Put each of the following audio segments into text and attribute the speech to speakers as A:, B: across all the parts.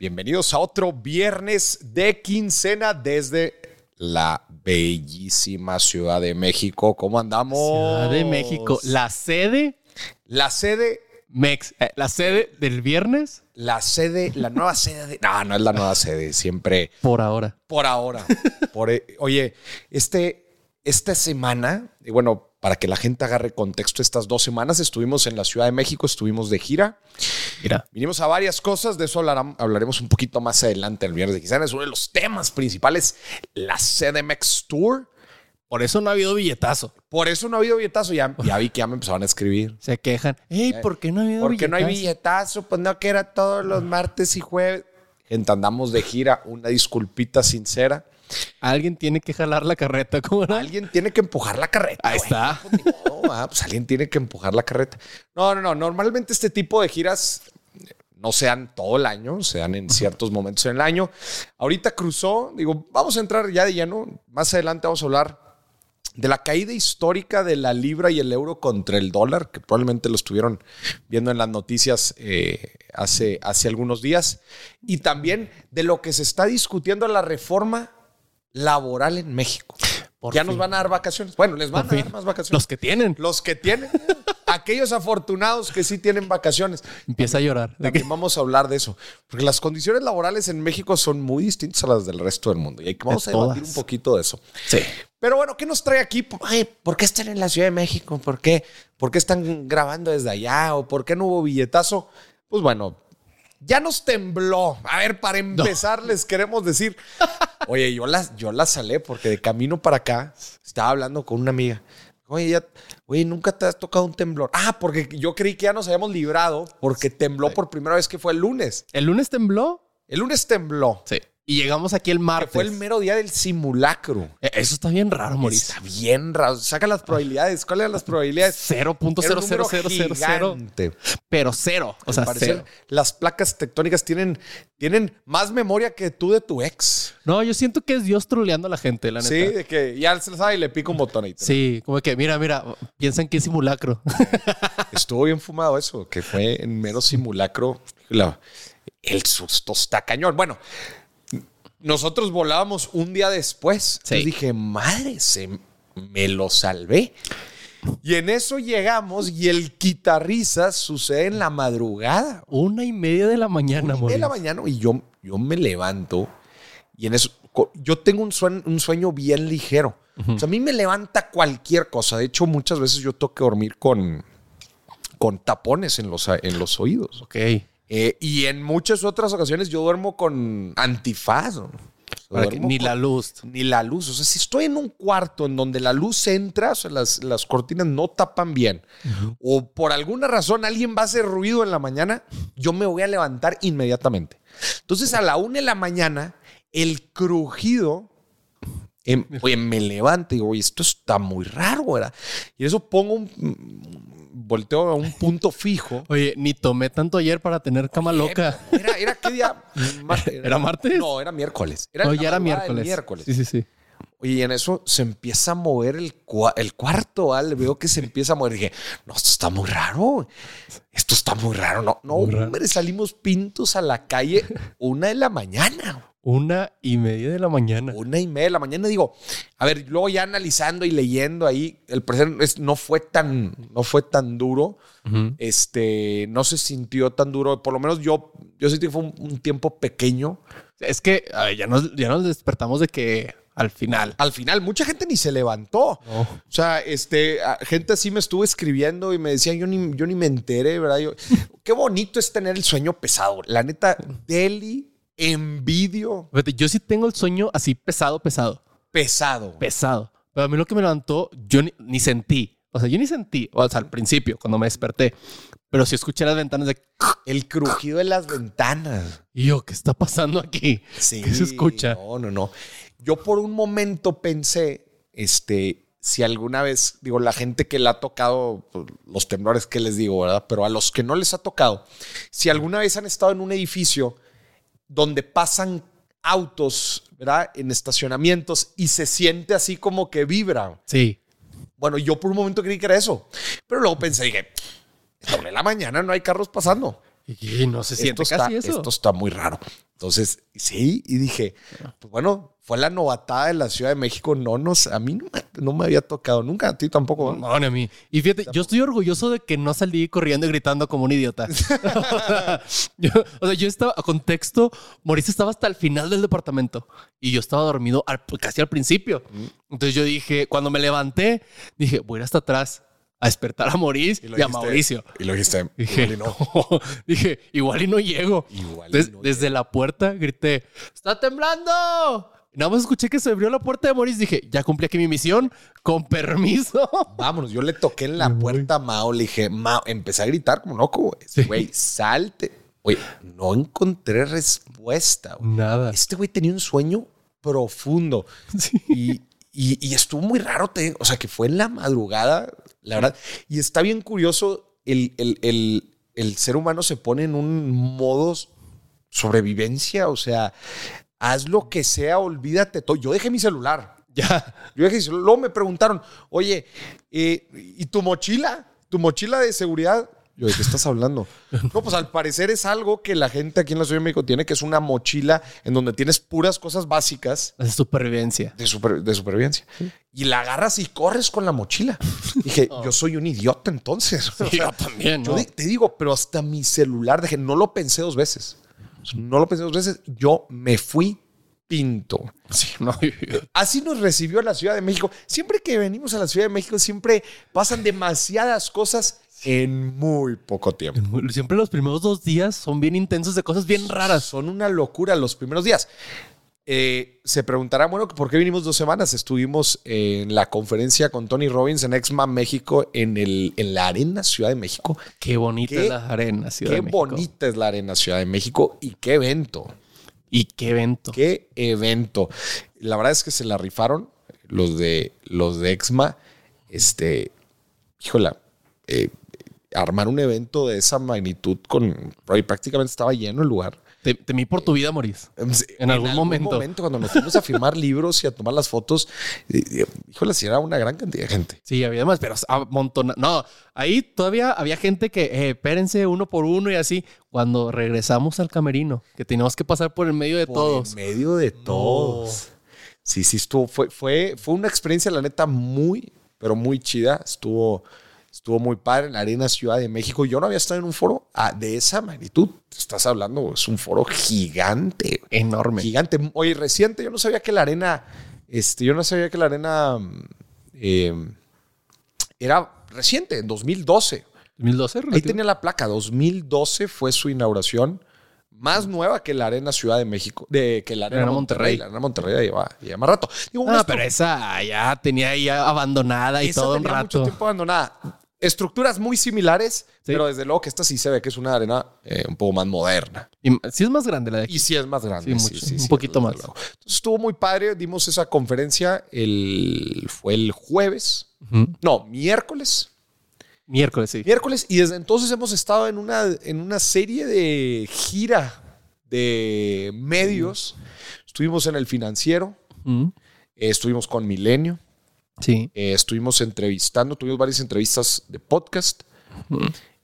A: Bienvenidos a otro viernes de quincena desde la bellísima Ciudad de México. ¿Cómo andamos?
B: Ciudad de México, la sede,
A: La sede,
B: Mex, eh, la sede del viernes
A: la sede, la nueva sede. de- No, no es la nueva sede, siempre
B: por ahora.
A: por ahora. Por, e- oye, este, esta semana, y bueno, para que la gente agarre contexto, estas dos semanas estuvimos en la Ciudad de México, estuvimos de gira.
B: Mira,
A: Vinimos a varias cosas, de eso hablaram- hablaremos un poquito más adelante el viernes de Quisana. Es uno de los temas principales, la CDMX Tour.
B: por eso no ha habido billetazo.
A: Por eso no ha habido billetazo, ya, ya vi que ya me empezaron a escribir.
B: Se quejan. Ey, ¿por qué no ha habido
A: Eh, ¿Por qué
B: billetazo?
A: no hay billetazo? Pues no, que era todos los martes y jueves. Gente, andamos de gira, una disculpita sincera.
B: Alguien tiene que jalar la carreta, ¿cómo era?
A: Alguien tiene que empujar la carreta.
B: Ahí
A: güey.
B: está.
A: Pues ni modo, ah, pues alguien tiene que empujar la carreta. No, no, no. Normalmente este tipo de giras no se dan todo el año, se dan en ciertos momentos en el año. Ahorita cruzó, digo, vamos a entrar ya de lleno. Más adelante vamos a hablar de la caída histórica de la libra y el euro contra el dólar, que probablemente lo estuvieron viendo en las noticias eh, hace, hace algunos días, y también de lo que se está discutiendo la reforma laboral en México.
B: Por
A: ya
B: fin.
A: nos van a dar vacaciones. Bueno, les van
B: Por
A: a
B: fin.
A: dar más vacaciones.
B: Los que tienen.
A: Los que tienen, aquellos afortunados que sí tienen vacaciones.
B: Empieza a llorar. De que-
A: También vamos a hablar de eso, porque las condiciones laborales en México son muy distintas a las del resto del mundo y aquí vamos
B: De
A: a debatir
B: todas.
A: un poquito de eso.
B: Sí.
A: Pero bueno, ¿qué nos trae aquí? Ay, ¿Por qué están en la Ciudad de México? ¿Por qué? ¿Por qué están grabando desde allá? ¿O por qué no hubo billetazo? Pues bueno, ya nos tembló. A ver, para empezar, les queremos decir. Oye, yo las, yo las salé porque de camino para acá estaba hablando con una amiga. Oye, ya, oye, nunca te has tocado un temblor. Ah, porque yo creí que ya nos habíamos librado porque tembló por primera vez que fue el lunes.
B: ¿El lunes tembló?
A: El lunes tembló.
B: Sí. Y llegamos aquí el
A: que
B: martes.
A: fue el mero día del simulacro.
B: Eh, Eso está bien raro, Mauricio.
A: Está bien raro. Saca las probabilidades. ¿Cuáles eran las probabilidades? Era un número
B: 0.00000,
A: gigante.
B: pero cero. O
A: Al
B: sea,
A: parecer,
B: cero.
A: las placas tectónicas tienen, tienen más memoria que tú de tu ex.
B: No, yo siento que es Dios troleando a la gente, la neta.
A: Sí, de que ya se la sabe y le pica un botón ahí.
B: Sí, como que mira, mira, piensan que es simulacro.
A: Estuvo bien fumado eso, que fue en mero simulacro. La- el susto está cañón. Bueno, nosotros volábamos un día después.
B: Sí.
A: Entonces dije, madre, se me lo salvé. Y en eso llegamos y el quitarrisas sucede en la madrugada.
B: Una y media de la mañana,
A: Una de la
B: Mauricio.
A: mañana y yo, yo me levanto y en eso, co- yo tengo un sueño, un sueño bien ligero. O sea, a mí me levanta cualquier cosa. De hecho, muchas veces yo tengo que dormir con, con tapones en los, a- en los oídos.
B: Ok.
A: Eh, y en muchas otras ocasiones yo duermo con antifaz. ¿no? O sea,
B: Para que
A: duermo
B: ni
A: con-
B: la luz.
A: ni la luz. O sea, si estoy en un cuarto en donde la luz entra, o sea, las, las cortinas no tapan bien, o por alguna razón alguien va a hacer ruido en la mañana, yo me voy a levantar inmediatamente. Entonces, a la una de la mañana, el crujido. em, oye, me levanto y digo, oye, esto está muy raro, ¿verdad? Y eso pongo un. Volteo a un punto fijo.
B: Oye, ni tomé tanto ayer para tener cama loca.
A: Era, era qué día. Ma-
B: ¿Era martes?
A: No, era miércoles.
B: No,
A: la
B: ya era
A: madrugada del
B: miércoles.
A: miércoles.
B: Sí, sí, sí.
A: Oye, y en eso se empieza a mover el, cua- el cuarto, ¿vale? Veo que se empieza a mover. Dije, no, esto está muy raro. Esto está muy raro. No, no,
B: Muy raro.
A: hombre, salimos pintos a la calle una de la mañana,
B: Una y media de la mañana.
A: una y media de la mañana. Digo, a ver, luego ya analizando y leyendo ahí, el presente es- no fue tan, no fue tan duro.
B: Ujú.
A: Este, no se sintió tan duro. Por lo menos yo, yo sentí que fue un, un tiempo pequeño.
B: Es que a ver, ya, nos, ya nos despertamos de que al final.
A: Al final, mucha gente ni se levantó.
B: No.
A: O sea, este, a- gente así me estuvo escribiendo y me decían, yo ni, yo ni me enteré, ¿verdad? Yo, qué bonito es tener el sueño pesado. La neta, Deli, envidio,
B: Fíjate, Yo sí tengo el sueño así pesado, pesado,
A: pesado.
B: pesado. Pero a mí lo que me levantó, yo ni, ni sentí. O sea, yo ni sentí. O sea, al principio, cuando me desperté. Pero sí escuché las ventanas de...
A: El crujido de las ventanas.
B: Y yo, ¿qué está pasando aquí?
A: Sí.
B: ¿Qué se escucha?
A: No, no, no. Yo por un momento pensé, este, si alguna vez, digo, la gente que le ha tocado pues, los temblores que les digo, ¿verdad? Pero a los que no les ha tocado, si alguna vez han estado en un edificio donde pasan autos, ¿verdad? En estacionamientos y se siente así como que vibra.
B: Sí.
A: Bueno, yo por un momento creí que era eso, pero luego pensé, dije, sobre la mañana no hay carros pasando
B: Y no se siente
A: esto,
B: casi
A: está,
B: eso.
A: esto está muy raro. Entonces, sí, y dije,
B: Ah.
A: pues bueno, fue la novatada de la Ciudad de México. No nos, a mí no me, no me había tocado nunca, a ti tampoco. ¿no?
B: No, ni a mí. Y fíjate, yo estoy orgulloso de que no salí corriendo y gritando como un idiota. yo, o sea, yo estaba, a contexto, Mauricio estaba hasta el final del departamento y yo estaba dormido al- casi al principio.
A: Mm.
B: Entonces yo dije, cuando me levanté, dije, voy a ir hasta atrás a despertar a Mauricio y, a
A: dijiste-
B: Mauricio.
A: Y lo dijiste,
B: Dije,
A: igual y no.
B: dije, igual y no llego.
A: Igual y
B: Des-
A: no
B: desde la puerta grité, ¡está temblando! Nada más escuché que se abrió la puerta de Moris. Dije, ya cumplí aquí mi misión, con permiso.
A: Vámonos, yo le toqué en la puerta a Mao, le dije, Mao, empecé a gritar como loco, güey.
B: Sí.
A: Güey, salte. Oye, no encontré respuesta, güey.
B: Nada.
A: Este güey tenía un sueño profundo
B: Sí.
A: y, y- y estuvo muy raro, te- o sea, que fue en la madrugada, la verdad. Y está bien curioso, el, el- el- el ser humano se pone en un modo sobrevivencia, o sea, haz lo que sea, olvídate todo. Yo dejé mi celular.
B: Ya.
A: Yo dije, luego me preguntaron, oye, eh, ¿y tu mochila? ¿Tu mochila de seguridad? Yo, ¿de qué estás hablando? No, pues al parecer es algo que la gente aquí en la Ciudad de México tiene, que es una mochila en donde tienes puras cosas básicas
B: La supervivencia.
A: de, super- de supervivencia. Y la agarras y corres con la mochila. Dije, yo soy un idiota entonces.
B: yo también.
A: Yo
B: ¿no?
A: di- te digo, pero hasta mi celular, dije, no lo pensé dos veces. No lo pensé dos veces. Yo me fui pinto.
B: Sí, no.
A: Así nos recibió la Ciudad de México. Siempre que venimos a la Ciudad de México, siempre pasan demasiadas cosas en muy poco tiempo.
B: Siempre los primeros dos días son bien intensos de cosas bien raras.
A: Son una locura los primeros días. Eh, se preguntará, bueno, ¿por qué vinimos dos semanas? Estuvimos en la conferencia con Tony Robbins en Exma México, en, el, en la Arena Ciudad de México.
B: Qué bonita
A: Qué-
B: es la arena, Ciudad
A: qué
B: de México.
A: bonita es la Arena Ciudad de México y qué evento.
B: Y qué evento.
A: Qué evento. La verdad es que se la rifaron los de los de Exma. Este, híjola, eh, armar un evento de esa magnitud con y prácticamente estaba lleno el lugar.
B: Te- temí por tu vida, Moris.
A: En,
B: algún momento.
A: cuando nos fuimos a firmar libros y a tomar las fotos, eh, eh, híjola, si era una gran cantidad de gente.
B: Sí, había más, pero a montón. No, ahí todavía había gente que, eh, espérense uno por uno y así. Cuando regresamos al camerino, que teníamos que pasar por el medio de
A: En
B: todos.
A: medio de todos. Sí, sí, estuvo, fue, fue, fue una experiencia, la neta, muy, pero muy chida. Estuvo, estuvo muy padre en la Arena Ciudad de México. Yo no había estado en un foro ah, de esa magnitud. Te Estás hablando, es un foro gigante, güey.
B: Enorme.
A: gigante. Oye, reciente, yo no sabía que la arena, este, yo no sabía que la arena mm, eh, era reciente, en 2012.
B: 2012,
A: Ahí
B: relativo.
A: tenía la placa. 2012 fue su inauguración. Más nueva que la Arena Ciudad de México, de que la Arena,
B: Arena
A: Monterrey.
B: Monterrey.
A: La Arena Monterrey ya lleva, ya lleva más rato. Digo, una
B: Ah, pero esa ya tenía ya abandonada y
A: esa
B: todo un
A: tenía mucho
B: rato.
A: tiempo abandonada. Estructuras muy similares, pero desde luego que esta sí se ve que es una arena eh, un poco más moderna.
B: Y- sí es más grande la de aquí.
A: Y sí es más grande.
B: Sí, mucho, un poquito
A: desde
B: más.
A: luego. Entonces estuvo muy padre. Dimos esa conferencia el, fue el jueves.
B: Ujú.
A: No, miércoles.
B: Miércoles, sí.
A: miércoles y desde entonces hemos estado en una, en una serie de gira de medios. Estuvimos en el financiero,
B: Ujú.
A: eh, estuvimos con Milenio,
B: Sí.
A: eh, estuvimos entrevistando, tuvimos varias entrevistas de podcast.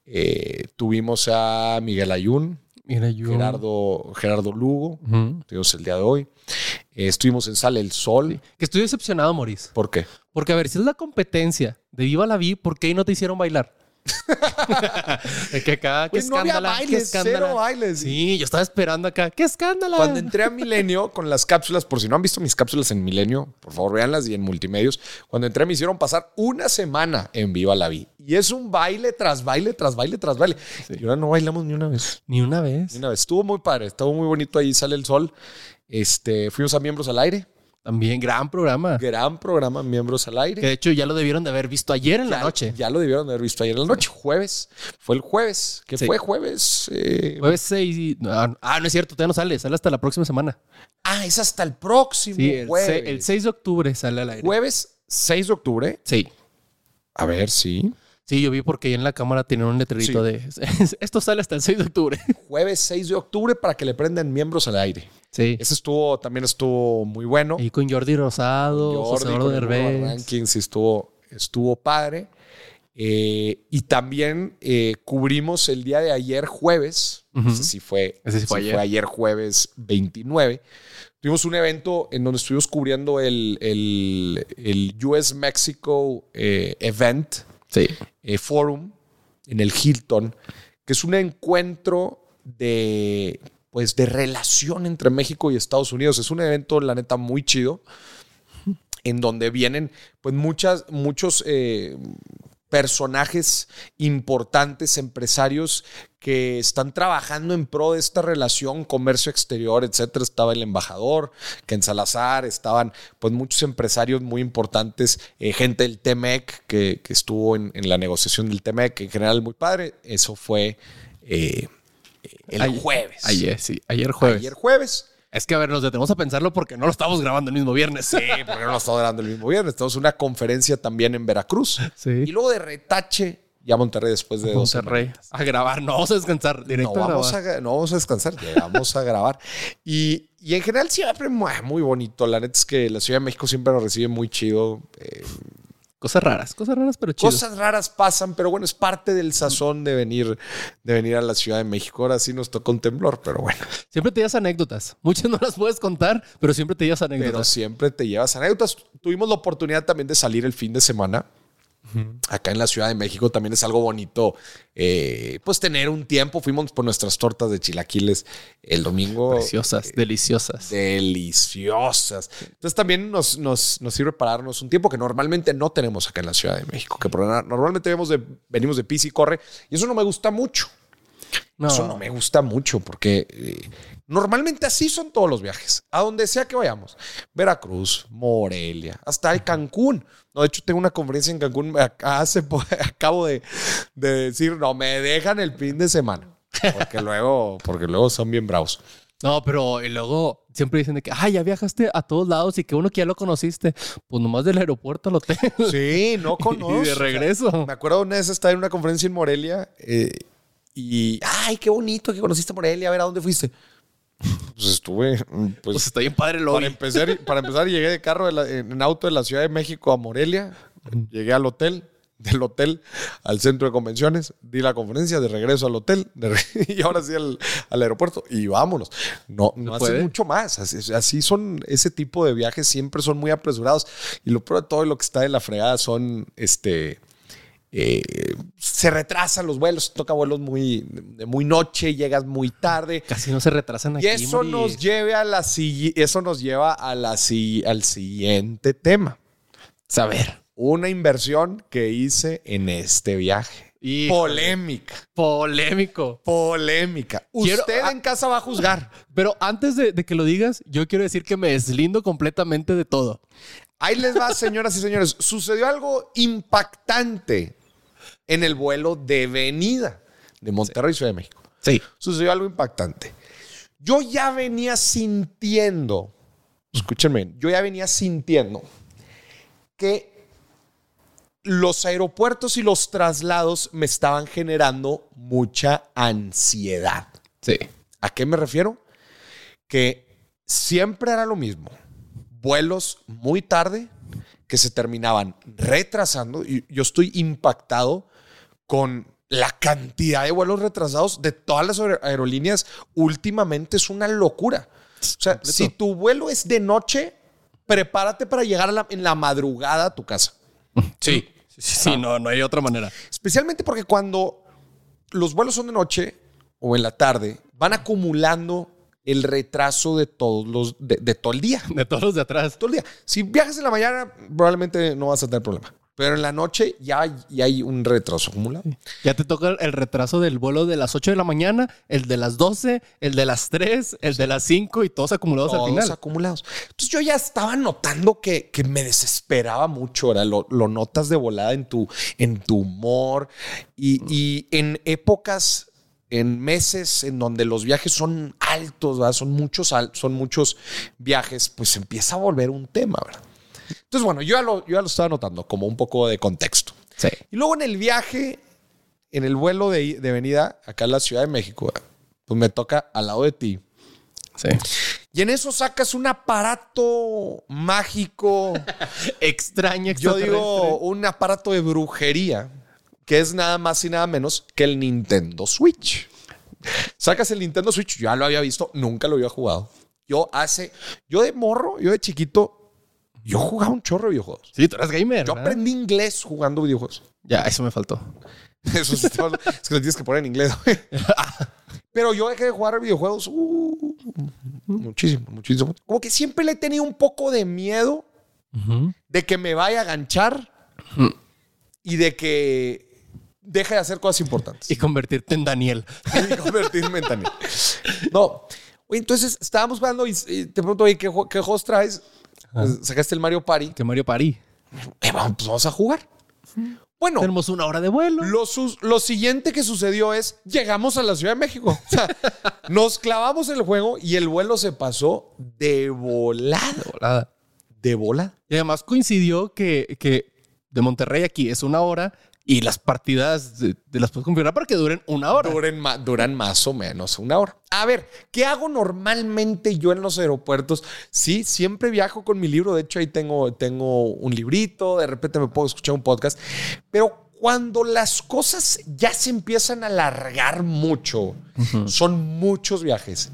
A: Eh, tuvimos a Miguel Ayun,
B: Mira, yo.
A: Gerardo, Gerardo Lugo,
B: Ujú.
A: tuvimos el día de hoy. Eh, estuvimos en Sale el Sol.
B: Que estoy decepcionado, Moris.
A: ¿Por qué?
B: Porque, a ver, si es la competencia de Viva la Vi, ¿por qué ahí no te hicieron bailar? De que acá, qué
A: Pues no había
B: escándala, qué
A: bailes,
B: escándala.
A: cero bailes.
B: Sí, yo estaba esperando acá. ¡Qué escándalo!
A: Cuando entré a Milenio con las cápsulas, por si no han visto mis cápsulas en Milenio, por favor véanlas y en multimedios. Cuando entré me hicieron pasar una semana en Viva la Vi. Y es un baile tras baile, tras baile, tras baile. Y ahora no bailamos ni una vez.
B: Ni una vez.
A: Ni una vez. Estuvo muy padre, estuvo muy bonito ahí, sale el sol. Este, fuimos a Miembros al Aire.
B: También gran programa.
A: Gran programa Miembros al Aire.
B: Que de hecho ya lo debieron de haber visto ayer en la
A: Ya-
B: noche.
A: Ya lo debieron haber visto ayer en la noche, jueves. Fue el jueves, que
B: Sí.
A: fue jueves. eh,
B: Jueves 6. y- Ah, ah, no es cierto, todavía no sale. Sale hasta la próxima semana.
A: Ah, es hasta el próximo
B: Sí, el,
A: jueves.
B: se- el 6 de octubre sale al aire.
A: Jueves 6 de octubre.
B: Sí.
A: A ver, sí.
B: Sí, yo vi porque ahí en la cámara tienen un letrerito de esto sale hasta el 6 de octubre.
A: Jueves 6 de octubre para que le prendan miembros al aire.
B: Sí.
A: Ese estuvo, también estuvo muy bueno.
B: Y con Jordi
A: Jordi
B: Rosado, José Eduardo
A: con el nuevo
B: Derbez.
A: ranking sí estuvo, estuvo padre. Eh, y también eh, cubrimos el día de ayer jueves,
B: Ujú.
A: ese sí fue,
B: Ese sí
A: ese
B: fue ayer.
A: jueves 29. Tuvimos un evento en donde estuvimos cubriendo el, el, el US Mexico eh, Event
B: Sí.
A: eh, Forum en el Hilton, que es un encuentro de pues de relación entre México y Estados Unidos. Es un evento, la neta, muy chido, en donde vienen pues muchas, muchos eh, personajes importantes, empresarios que están trabajando en pro de esta relación, comercio exterior, etcétera. Estaba el embajador, que en Salazar estaban pues muchos empresarios muy importantes, eh, gente del Temec que, que estuvo en, en la negociación del Temec, en general muy padre. Eso fue eh, eh, el
B: Ayer-
A: jueves.
B: Ayer, sí. Ayer jueves.
A: Ayer jueves.
B: Es que, a ver, nos detenemos a pensarlo porque no lo estamos grabando el mismo viernes. Sí.
A: Eh, porque no lo estamos grabando el mismo viernes. Tenemos una conferencia también en Veracruz.
B: Sí.
A: Y luego de retache, ya Monterrey después de dos
B: Monterrey. A grabar. No vamos a descansar. Directo
A: no
B: a
A: vamos
B: grabar.
A: a, gra- no vamos a descansar, llegamos a grabar. Y, y en general siempre mu- ah, muy bonito. La neta es que la Ciudad de México siempre nos recibe muy chido. Eh,
B: Cosas raras. Cosas raras, pero chidas.
A: cosas raras pasan, pero bueno, es parte del sazón de venir, de venir a la Ciudad de México. Ahora sí nos tocó un temblor, pero bueno.
B: Siempre te llevas anécdotas. Muchas no las puedes contar, pero siempre te llevas
A: Pero
B: anécdotas.
A: siempre te llevas anécdotas. Tuvimos la oportunidad también de salir el fin de semana. Acá en la Ciudad de México también es algo bonito, eh, pues tener un tiempo. Fuimos por nuestras tortas de chilaquiles el domingo.
B: Preciosas,
A: eh,
B: deliciosas.
A: deliciosas. Entonces también nos, nos, nos sirve para darnos un tiempo que normalmente no tenemos acá en la Ciudad de México, que por- normalmente vemos de, venimos de pis y corre, y eso no me gusta mucho.
B: No.
A: Eso no me gusta mucho porque eh, normalmente así son todos los viajes, a donde sea que vayamos. Veracruz, Morelia, hasta el Cancún. No, de hecho, tengo una conferencia en Cancún. ac- Hace, po- acabo de, de decir, no, me dejan el fin de semana. Porque luego, porque luego son bien bravos.
B: No, pero y luego siempre dicen de que, ay, ya viajaste a todos lados y que uno que ya lo conociste. Pues nomás del aeropuerto al hotel. Pues
A: Sí, no
B: y
A: conozco.
B: de regreso.
A: Me acuerdo una vez estaba en una conferencia en Morelia eh, y, ay, qué bonito que conociste Morelia. A ver, ¿a dónde fuiste? Pues estuve, mm, pues,
B: Pues está bien padre el
A: para,
B: lobby.
A: empezar, para empezar llegué de carro, de la- en auto de la Ciudad de México a Morelia. Llegué al hotel, del hotel al centro de convenciones, di la conferencia, de regreso al hotel de re- y ahora sí al, al aeropuerto y vámonos. No, no
B: ¿Se
A: hacen
B: puede?
A: mucho más. Así, así son, ese tipo de viajes siempre son muy apresurados. Y lo peor de todo lo que está de la fregada son este eh, se retrasan los vuelos, toca vuelos muy, de muy noche, llegas muy tarde.
B: Casi no se retrasan aquí.
A: Y eso
B: Mori.
A: nos lleve a la sigui- eso nos lleva a la si- al siguiente tema.
B: Saber.
A: Una inversión que hice en este viaje.
B: Y
A: Polémica,
B: polémico.
A: polémica.
B: Quiero-
A: Usted
B: ah.
A: en casa va a juzgar.
B: Pero antes de, de que lo digas, yo quiero decir que me deslindo completamente de todo.
A: Ahí les va, señoras y señores. Sucedió algo impactante en el vuelo de venida de Monterrey, Ciudad de México.
B: Sí.
A: Sucedió algo impactante. Yo ya venía sintiendo, escúchenme, bien, yo ya venía sintiendo que los aeropuertos y los traslados me estaban generando mucha ansiedad.
B: Sí.
A: ¿A qué me refiero? Que siempre era lo mismo. Vuelos muy tarde que se terminaban retrasando. Y yo estoy impactado con la cantidad de vuelos retrasados de todas las aer- aerolíneas. Últimamente es una locura. O sea,
B: Completo.
A: si tu vuelo es de noche, prepárate para llegar a la- en la madrugada a tu casa.
B: Sí. Ah. Sí, sí, sí, no, no hay otra manera.
A: Especialmente porque cuando los vuelos son de noche o en la tarde, van acumulando el retraso de todos los de, de todo el día.
B: De todos los de atrás.
A: Todo el día. Si viajas en la mañana, probablemente no vas a tener problema. Pero en la noche ya, hay- ya hay un retraso acumulado.
B: Ya te toca el retraso del vuelo de las 8 de la mañana, el de las 12, el de las 3, el de las 5 y todos acumulados
A: Todos
B: al final.
A: acumulados. Entonces yo ya estaba notando que, que me desesperaba mucho. Ahora lo, lo notas de volada en tu, en tu humor y,
B: Mm.
A: y en épocas, en meses en donde los viajes son altos, ¿verdad? son muchos, al- son muchos viajes, pues se empieza a volver un tema. ¿verdad? Entonces, bueno, yo ya lo, yo ya lo estaba notando como un poco de contexto.
B: Sí.
A: Y luego en el viaje, en el vuelo de, de venida acá a la Ciudad de México, ¿verdad? pues me toca al lado de ti.
B: Sí.
A: Y en eso sacas un aparato mágico,
B: Extraña,
A: yo digo un aparato de brujería, que es nada más y nada menos que el Nintendo Switch. Sacas el Nintendo Switch, ya lo había visto, nunca lo había jugado. Yo hace, yo de morro, yo de chiquito, yo jugaba un chorro de videojuegos.
B: Sí, tú eres gamer.
A: Yo
B: ¿verdad?
A: aprendí inglés jugando videojuegos.
B: Ya, eso me faltó.
A: Eso sí te- es que lo tienes que poner en inglés. güey. Pero yo dejé de jugar videojuegos uh, muchísimo, muchísimo. Como que siempre le he tenido un poco de miedo de que me vaya a ganchar y de que deje de hacer cosas importantes.
B: Y convertirte en Daniel.
A: y convertirme en Daniel. No. Oye, entonces estábamos jugando y, y te pregunto, oye, ¿qué, jue- qué juegos traes? Pues, Sacaste el Mario Party.
B: Que Mario París.
A: Eh, vamos, pues vamos a jugar. Bueno,
B: Tenemos una hora de vuelo.
A: lo, sus- lo siguiente que sucedió es llegamos a la Ciudad de México. O sea, nos clavamos en el juego y el vuelo se pasó de volada.
B: Volada.
A: De volada.
B: Y además coincidió que, que de Monterrey aquí es una hora y las partidas de, de las puedes configurar para que duren una hora.
A: Duran, ma- duran más o menos una hora. A ver, ¿qué hago normalmente yo en los aeropuertos? Sí, siempre viajo con mi libro. De hecho, ahí tengo, tengo un librito. De repente me puedo escuchar un podcast. Pero cuando las cosas ya se empiezan a alargar mucho, son muchos viajes.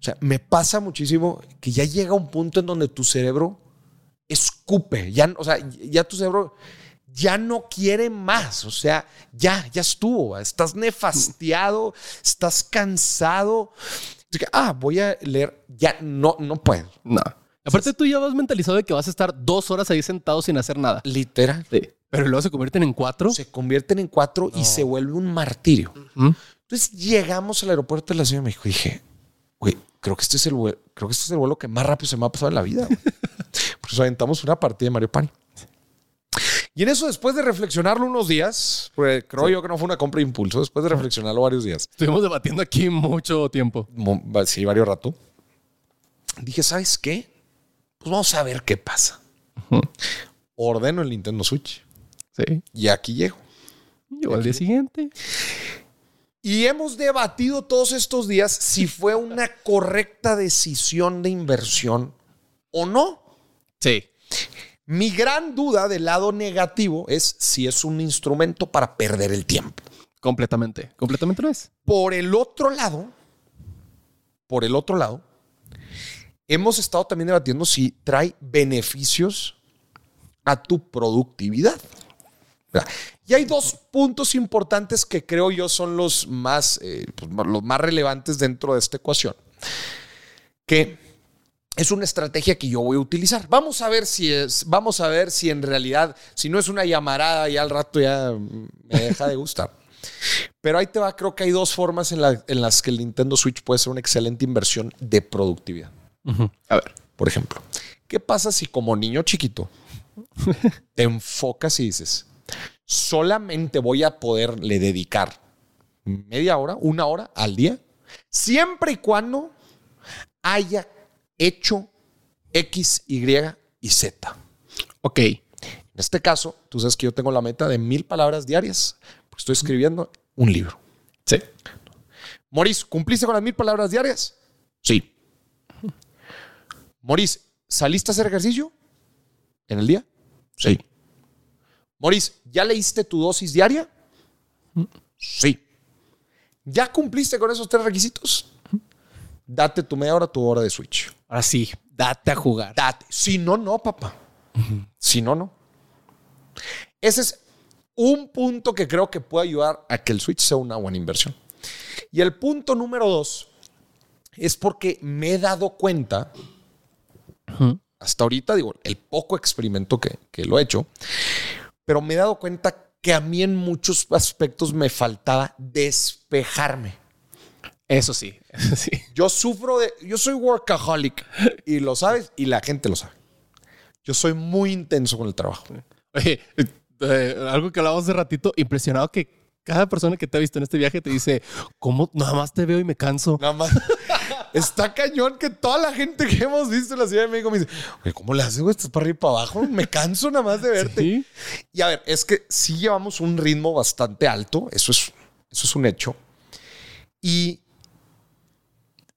A: O sea, me pasa muchísimo que ya llega un punto en donde tu cerebro escupe. Ya, o sea, ya tu cerebro ya no quiere más. O sea, ya, ya estuvo. Estás nefastiado, estás cansado. Así que, ah, voy a leer. Ya no, no puedo.
B: No. Aparte, tú ya vas mentalizado de que vas a estar dos horas ahí sentado sin hacer nada.
A: Literal.
B: Pero luego se convierten en cuatro.
A: Se convierten en cuatro y se vuelve un martirio.
B: Ujú.
A: Entonces llegamos al aeropuerto de la Ciudad de México y dije, güey, creo que este es el vuelo, creo que este es el vuelo que más rápido se me ha pasado en la vida. güey". Por eso aventamos una partida de Mario Party. Y en eso, después de reflexionarlo unos días, porque creo yo que no fue una compra de impulso, después de reflexionarlo varios días,
B: Estuvimos debatiendo aquí mucho tiempo.
A: mo- va- sí, varios rato, dije, ¿sabes qué? Pues vamos a ver qué pasa. Ordeno el Nintendo Switch
B: Sí.
A: y aquí llego.
B: Llegó al día siguiente.
A: Y hemos debatido todos estos días si fue una correcta decisión de inversión o no.
B: Sí.
A: Mi gran duda del lado negativo es si es un instrumento para perder el tiempo.
B: Completamente. Completamente lo es.
A: Por el otro lado, por el otro lado, hemos estado también debatiendo si trae beneficios a tu productividad. ¿Verdad? Y hay dos puntos importantes que creo yo son los más, eh, pues, los más relevantes dentro de esta ecuación, que es una estrategia que yo voy a utilizar. Vamos a ver si es, vamos a ver si en realidad, si no es una llamarada y al rato ya mm, me deja de gustar. Pero ahí te va, creo que hay dos formas en, la- en las que el Nintendo Switch puede ser una excelente inversión de productividad.
B: A ver.
A: Por ejemplo, ¿qué pasa si como niño chiquito te enfocas y dices, solamente voy a poderle dedicar media hora, una hora al día, siempre y cuando haya hecho X, Y y Z?
B: Ok.
A: En este caso, tú sabes que yo tengo la meta de mil palabras diarias, porque estoy escribiendo un libro.
B: Sí.
A: Moris, ¿cumpliste con las mil palabras diarias?
B: Sí.
A: Moris, ¿saliste a hacer ejercicio en el día?
B: Sí.
A: Moris, ¿ya leíste tu dosis diaria? Sí. ¿Ya cumpliste con esos tres requisitos? Date tu media hora, tu hora de switch.
B: Ahora sí. Date a jugar.
A: Date. Si no, no, papá. Si no, no. Ese es un punto que creo que puede ayudar a que el switch sea una buena inversión. Y el punto número dos es porque me he dado cuenta, hasta ahorita digo, el poco experimento que, que lo he hecho, pero me he dado cuenta que a mí en muchos aspectos me faltaba despejarme.
B: Eso sí. Eso sí.
A: Yo sufro de. Yo soy workaholic y lo sabes y la gente lo sabe. Yo soy muy intenso con el trabajo.
B: Oye, eh, algo que hablábamos de ratito, impresionado que cada persona que te ha visto en este viaje te dice, ¿cómo nada más te veo y me canso?
A: Nada más. Está cañón que toda la gente que hemos visto en la Ciudad de México me dice, "Oye, ¿cómo le haces, güey? Estás para arriba y para abajo. Me canso nada más de verte.
B: Sí.
A: Y a ver, es que sí llevamos un ritmo bastante alto, eso es, eso es un hecho. Y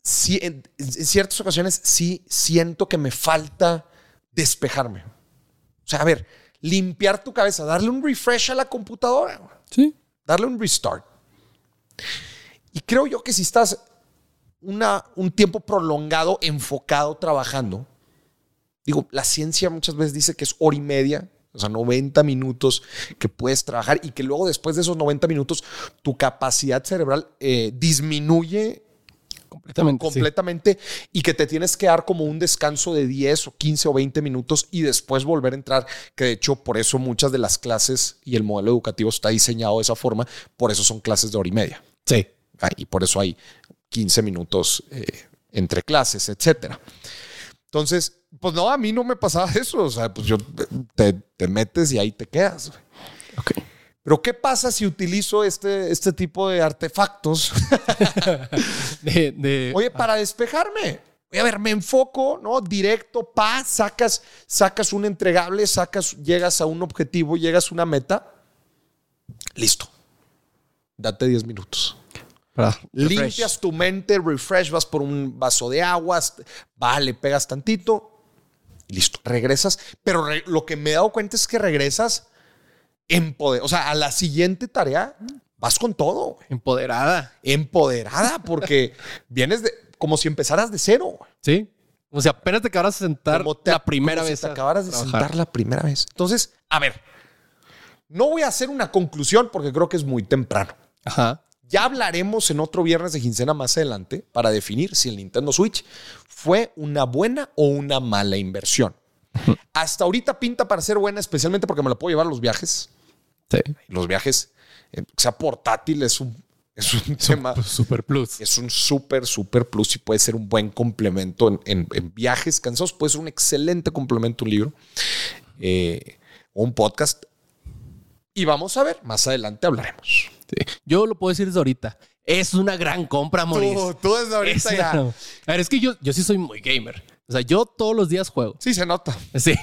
A: sí, en, en ciertas ocasiones sí siento que me falta despejarme. O sea, a ver, limpiar tu cabeza, darle un refresh a la computadora, güey.
B: Sí.
A: darle un restart. Y creo yo que si estás una, un tiempo prolongado, enfocado, trabajando, digo, la ciencia muchas veces dice que es hora y media, o sea, 90 minutos que puedes trabajar y que luego después de esos 90 minutos tu capacidad cerebral eh, disminuye
B: Completamente. sí.
A: completamente y que te tienes que dar como un descanso de 10 o 15 o 20 minutos y después volver a entrar, que de hecho por eso muchas de las clases y el modelo educativo está diseñado de esa forma, por eso son clases de hora y media
B: Sí.
A: Ah, y por eso hay 15 minutos eh, entre clases, etcétera. Entonces, pues no, a mí no me pasaba eso, o sea, pues yo te, te metes y ahí te quedas. güey.
B: Ok.
A: Pero ¿qué pasa si utilizo este, este tipo de artefactos
B: De, de-
A: Oye, para despejarme. Oye, a ver, me enfoco, ¿no? Directo, pa, sacas, sacas un entregable, sacas, llegas a un objetivo, llegas a una meta. Listo. Date 10 minutos.
B: para-
A: Limpias tu mente, refresh, vas por un vaso de aguas, vale, pegas tantito y listo. Regresas. Pero re- lo que me he dado cuenta es que regresas en poder. O sea, a la siguiente tarea vas con todo, güey.
B: Empoderada.
A: empoderada, porque vienes de, como si empezaras de cero. güey.
B: Sí. O sea, apenas te acabas de sentar
A: Como te-
B: la primera
A: como si
B: vez.
A: Te
B: a
A: acabaras de
B: trabajar.
A: sentar la primera vez. Entonces, a ver, no voy a hacer una conclusión porque creo que es muy temprano.
B: Ajá.
A: Ya hablaremos en otro viernes de quincena más adelante para definir si el Nintendo Switch fue una buena o una mala inversión. Hasta ahorita pinta para ser buena, especialmente porque me la puedo llevar a los viajes.
B: Sí.
A: Los viajes, eh, que sea portátil, es un, es un tema.
B: Pues, Super plus.
A: Es un súper, súper plus y puede ser un buen complemento en, en- en viajes cansados. Puede ser un excelente complemento un libro eh, o un podcast. Y vamos a ver, más adelante hablaremos.
B: Sí. Yo lo puedo decir desde ahorita. Es una gran compra, Moris.
A: desde
B: Es una- A ver, es que yo, yo sí soy muy gamer. O sea, yo todos los días juego.
A: Sí, se nota.
B: Sí.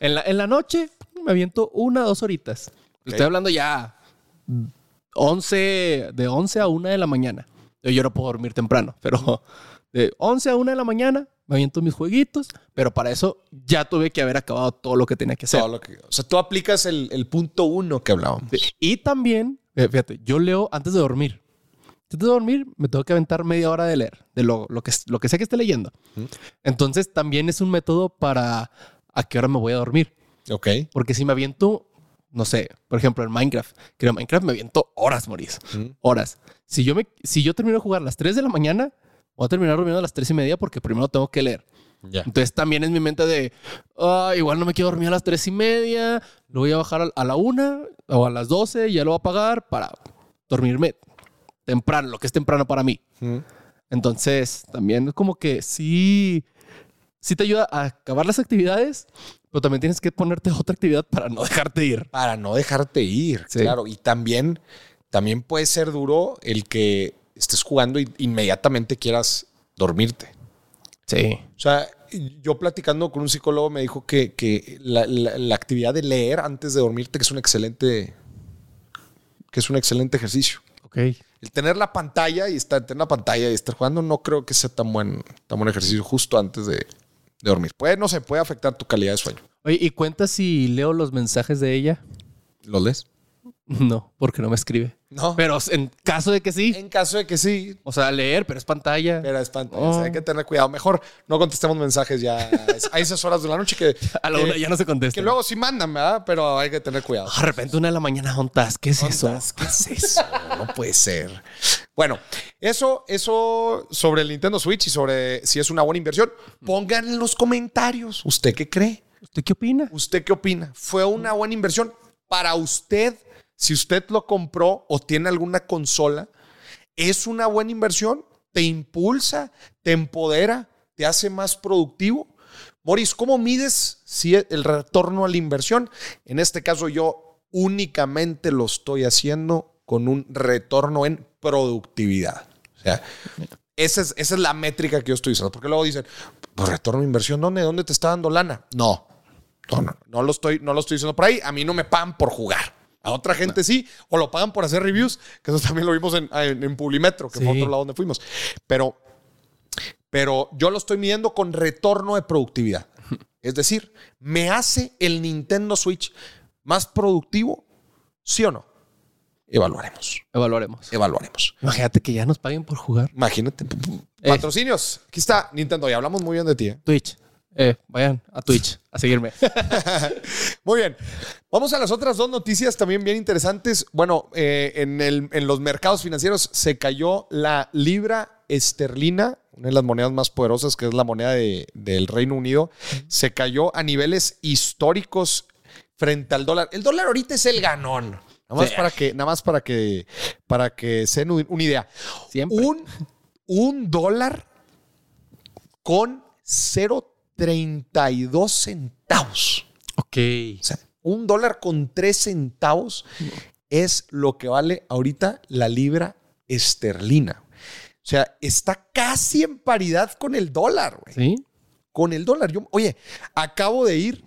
B: En la, en la noche me aviento una, dos horitas. Estoy hablando ya 11, de 11 a 1 de la mañana. Yo, yo no puedo dormir temprano, pero de 11 a 1 de la mañana me aviento mis jueguitos, pero para eso ya tuve que haber acabado todo lo que tenía que hacer.
A: Todo lo que- o sea, tú aplicas el, el punto uno que hablábamos.
B: Sí. Y también, eh, fíjate, yo leo antes de dormir. Antes de dormir, me tengo que aventar media hora de leer, de lo, lo, que, lo que sea que esté leyendo. Entonces, también es un método para a qué hora me voy a dormir.
A: Ok.
B: Porque si me aviento, no sé, por ejemplo, en Minecraft, que en Minecraft me aviento horas, Moris.
A: Ujú.
B: Horas. Si yo, me, si yo termino de jugar a las 3 de la mañana, voy a terminar durmiendo a las 3 y media porque primero tengo que leer.
A: Ya.
B: Entonces también es mi mente de, "Ah, igual no me quiero dormir a las 3 y media, lo voy a bajar a- a la 1 o a las 12, ya lo voy a pagar para dormirme temprano, lo que es temprano para mí.
A: Mm.
B: Entonces, también es como que sí, sí te ayuda a acabar las actividades, pero también tienes que ponerte otra actividad para no dejarte ir.
A: Para no dejarte ir,
B: Sí.
A: claro. Y también, también puede ser duro el que estés jugando y inmediatamente quieras dormirte.
B: Sí.
A: O sea, yo platicando con un psicólogo me dijo que, que la, la- la actividad de leer antes de dormirte que es un excelente que es un excelente ejercicio.
B: Ok.
A: El tener la pantalla y estar tener la pantalla y estar jugando no creo que sea tan buen tan buen ejercicio justo antes de, de dormir. Puede no se puede afectar tu calidad de sueño.
B: Oye, ¿y cuenta si leo los mensajes de ella?
A: ¿Lo lees?
B: No, porque no me escribe.
A: No.
B: Pero en caso de que sí,
A: en caso de que sí,
B: o sea, leer, pero es pantalla.
A: pero es pantalla.
B: Oh.
A: O sea, hay que tener cuidado. Mejor no contestemos mensajes ya a esas horas de la noche que
B: a la
A: que-
B: una ya no se
A: Eh,
B: contesta.
A: que luego sí mandan, ¿verdad? Pero hay que tener cuidado.
B: Ah, de repente una de la mañana juntas. ¿Qué es eso?
A: ¿Qué es eso? No puede ser. Bueno, eso, eso sobre el Nintendo Switch y sobre si es una buena inversión, pongan en los comentarios. ¿Usted qué cree?
B: ¿Usted qué opina?
A: ¿Usted qué opina? ¿Fue una buena inversión para usted? Si usted lo compró o tiene alguna consola, ¿es una buena inversión? ¿Te impulsa? ¿Te empodera? ¿Te hace más productivo? Moris, ¿cómo mides si el retorno a la inversión? En este caso yo únicamente lo estoy haciendo con un retorno en productividad. O sea, esa es, esa es la métrica que yo estoy usando. Porque luego dicen, pues retorno a inversión, ¿dónde? ¿Dónde te está dando lana? No, no, no, no lo estoy, no lo estoy diciendo por ahí. A mí no me pagan por jugar. A otra gente sí, o lo pagan por hacer reviews, que eso también lo vimos en, en- en Publimetro, que fue
B: Sí.
A: otro lado donde fuimos. Pero, pero yo lo estoy midiendo con retorno de productividad. Es decir, me hace el Nintendo Switch más productivo? ¿Sí o no? Evaluaremos.
B: Evaluaremos.
A: Evaluaremos.
B: Imagínate que ya nos paguen por jugar.
A: Imagínate. p- p-
B: Eh.
A: Patrocinios. Aquí está Nintendo. Y hablamos muy bien de ti. ¿eh?
B: Twitch. Eh, vayan a Twitch a seguirme.
A: Muy bien. Vamos a las otras dos noticias también bien interesantes. Bueno, eh, en, el- en los mercados financieros se cayó la libra esterlina, una de las monedas más poderosas, que es la moneda de- del Reino Unido. Se cayó a niveles históricos frente al dólar. El dólar ahorita es el ganón. Nada más
B: Sí.
A: para que, nada más para que, para que se den un- una idea.
B: Siempre.
A: Un, un dólar con 0.32 centavos.
B: ok.
A: O sea, un dólar con tres centavos es lo que vale ahorita la libra esterlina. O sea, está casi en paridad con el dólar, güey.
B: ¿Sí?
A: Con el dólar. Yo, oye, acabo de ir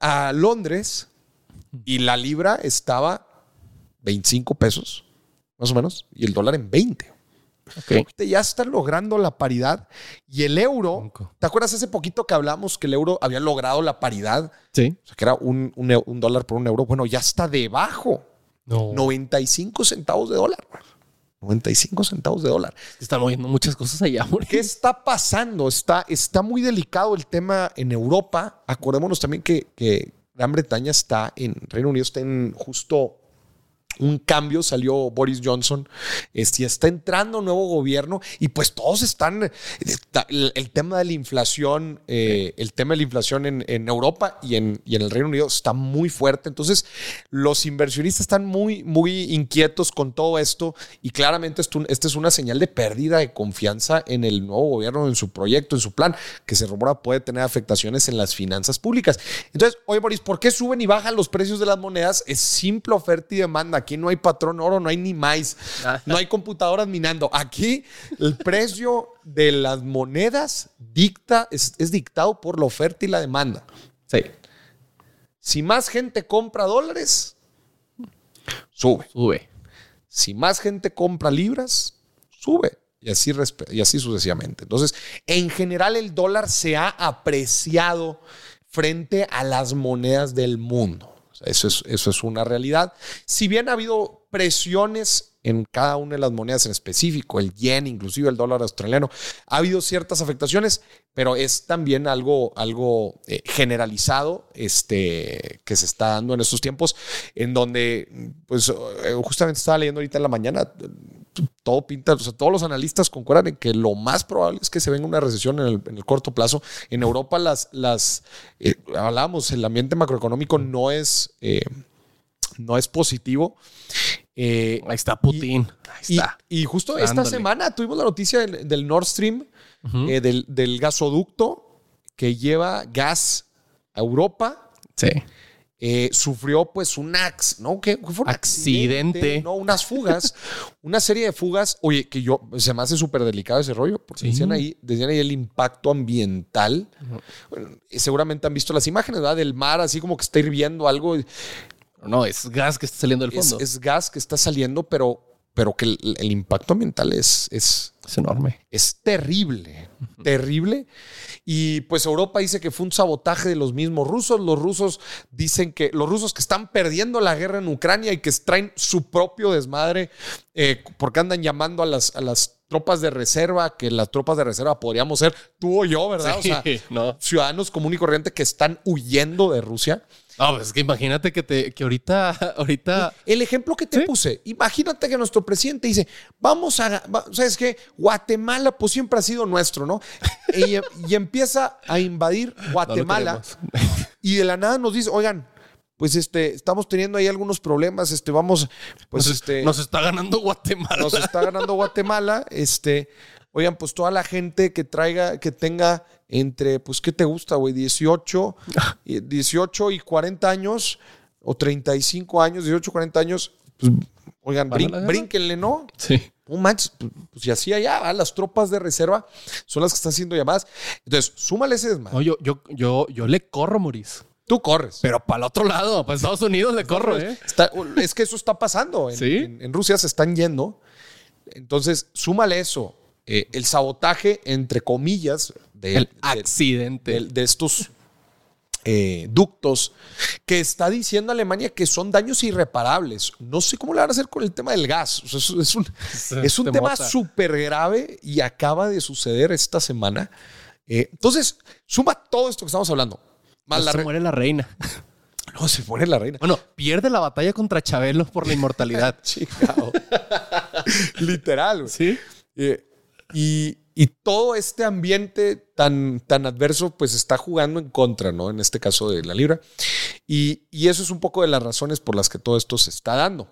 A: a Londres y la libra estaba 25 pesos, más o menos, y el dólar en 20.
B: Ok.
A: Ahorita ya están logrando la paridad y el euro.
B: Bronco.
A: ¿Te acuerdas hace poquito que hablamos que el euro había logrado la paridad?
B: Sí.
A: O sea, que era un, un eu- un dólar por un euro. Bueno, ya está debajo.
B: No.
A: 95 centavos de dólar. güey. 95 centavos de dólar.
B: Se están moviendo muchas cosas allá, amor.
A: ¿Qué está pasando? Está, está muy delicado el tema en Europa. Acordémonos también que, que Gran Bretaña está en Reino Unido, está en justo un cambio. Salió Boris Johnson. Este, está entrando un nuevo gobierno y pues todos están. está- el, el tema de la inflación, eh, el tema de la inflación en, en Europa y en, y en el Reino Unido está muy fuerte. Entonces, los inversionistas están muy, muy inquietos con todo esto y claramente esto, esta es una señal de pérdida de confianza en el nuevo gobierno, en su proyecto, en su plan, que se rumora puede tener afectaciones en las finanzas públicas. Entonces, oye, Boris, ¿por qué suben y bajan los precios de las monedas? Es simple oferta y demanda. Aquí no hay patrón oro, no hay ni más. No hay computadoras minando. Aquí el precio de las monedas dicta, es, es dictado por la oferta y la demanda.
B: Sí.
A: Si más gente compra dólares, sube.
B: Sube.
A: Si más gente compra libras, sube. Y así, respe- y así sucesivamente. Entonces, en general, el dólar se ha apreciado frente a las monedas del mundo. O sea, Eso es, eso es una realidad. Si bien ha habido presiones en cada una de las monedas en específico, el yen, inclusive el dólar australiano, ha habido ciertas afectaciones, pero es también algo, algo eh, generalizado este, que se está dando en estos tiempos, en donde, pues, eh, justamente estaba leyendo ahorita en la mañana, todo pinta, o sea, todos los analistas concuerdan en que lo más probable es que se venga una recesión en el, en el corto plazo. En Europa, las, las eh, hablábamos, el ambiente macroeconómico no es, eh, no es positivo. Eh,
B: Ahí está Putin. Ahí
A: y,
B: está.
A: y justo
B: Dándole.
A: esta semana tuvimos la noticia del, del Nord Stream,
B: Ujú.
A: eh, del, del gasoducto que lleva gas a Europa.
B: Sí.
A: eh, sufrió pues un ax, ¿no? ¿Qué qué fue? Un
B: Accidente.
A: No, unas fugas, una serie de fugas. Oye, que yo se me hace súper delicado ese rollo, porque
B: Sí.
A: decían ahí, decían ahí el impacto ambiental.
B: Ujú.
A: Bueno, y seguramente han visto las imágenes, ¿verdad? Del mar, así como que está hirviendo algo.
B: No, es gas que está saliendo del
A: Es,
B: fondo.
A: es gas que está saliendo, pero, pero que el, el impacto ambiental es, es,
B: es enorme.
A: es terrible, terrible. Y pues Europa dice que fue un sabotaje de los mismos rusos. Los rusos dicen que los rusos que están perdiendo la guerra en Ucrania y que traen su propio desmadre eh, porque andan llamando a las, a las tropas de reserva, que las tropas de reserva podríamos ser tú o yo, ¿verdad? O sea,
B: Sí, no.
A: ciudadanos común y corriente que están huyendo de Rusia.
B: No, pues es que imagínate que te, que ahorita, ahorita.
A: El ejemplo que te puse, imagínate que nuestro presidente dice, vamos a, va- ¿sabes qué? Guatemala pues siempre ha sido nuestro, ¿no? y, y empieza a invadir
B: no lo
A: Guatemala
B: queremos.
A: y de la nada nos dice, oigan, pues este, estamos teniendo ahí algunos problemas, este, vamos, pues
B: nos,
A: este,
B: nos está ganando Guatemala.
A: nos está ganando Guatemala, este, oigan, pues toda la gente que traiga, que tenga entre, pues, ¿qué te gusta, güey? 18, y- 18 y 40 años, o 35 años, 18, 40 años, pues, oigan,
B: ¿Van a
A: brin-
B: la guerra?
A: brínquenle, ¿no?
B: sí.
A: Un match, pues, y así allá, ¿va? las tropas de reserva son las que están siendo llamadas. Entonces, súmale ese desmadre.
B: No, yo, yo, yo, yo le corro, Moris.
A: Tú corres.
B: Pero para el otro lado, para Estados Unidos le corro, ¿eh?
A: Está- es que eso está pasando. En,
B: Sí.
A: en- en Rusia se están yendo. Entonces, súmale eso. eh, el sabotaje, entre comillas, de,
B: eh. El
A: de-
B: accidente.
A: de- de estos eh, ductos que está diciendo Alemania que son daños irreparables. No sé cómo le van a hacer con el tema del gas. O sea, es, es un, es un
B: eh, Te
A: tema
B: mota.
A: súper grave y acaba de suceder esta semana. Eh, entonces, suma todo esto que estamos hablando. Más la
B: Pues se
A: re-
B: muere la reina.
A: No, se muere la reina.
B: Bueno, pierde la batalla contra Chabelo por la inmortalidad.
A: Chingado. Literal, güey.
B: ¿Sí?
A: Eh, y, y todo este ambiente tan, tan adverso, pues está jugando en contra, ¿no? En este caso de la libra. Y, y eso es un poco de las razones por las que todo esto se está dando.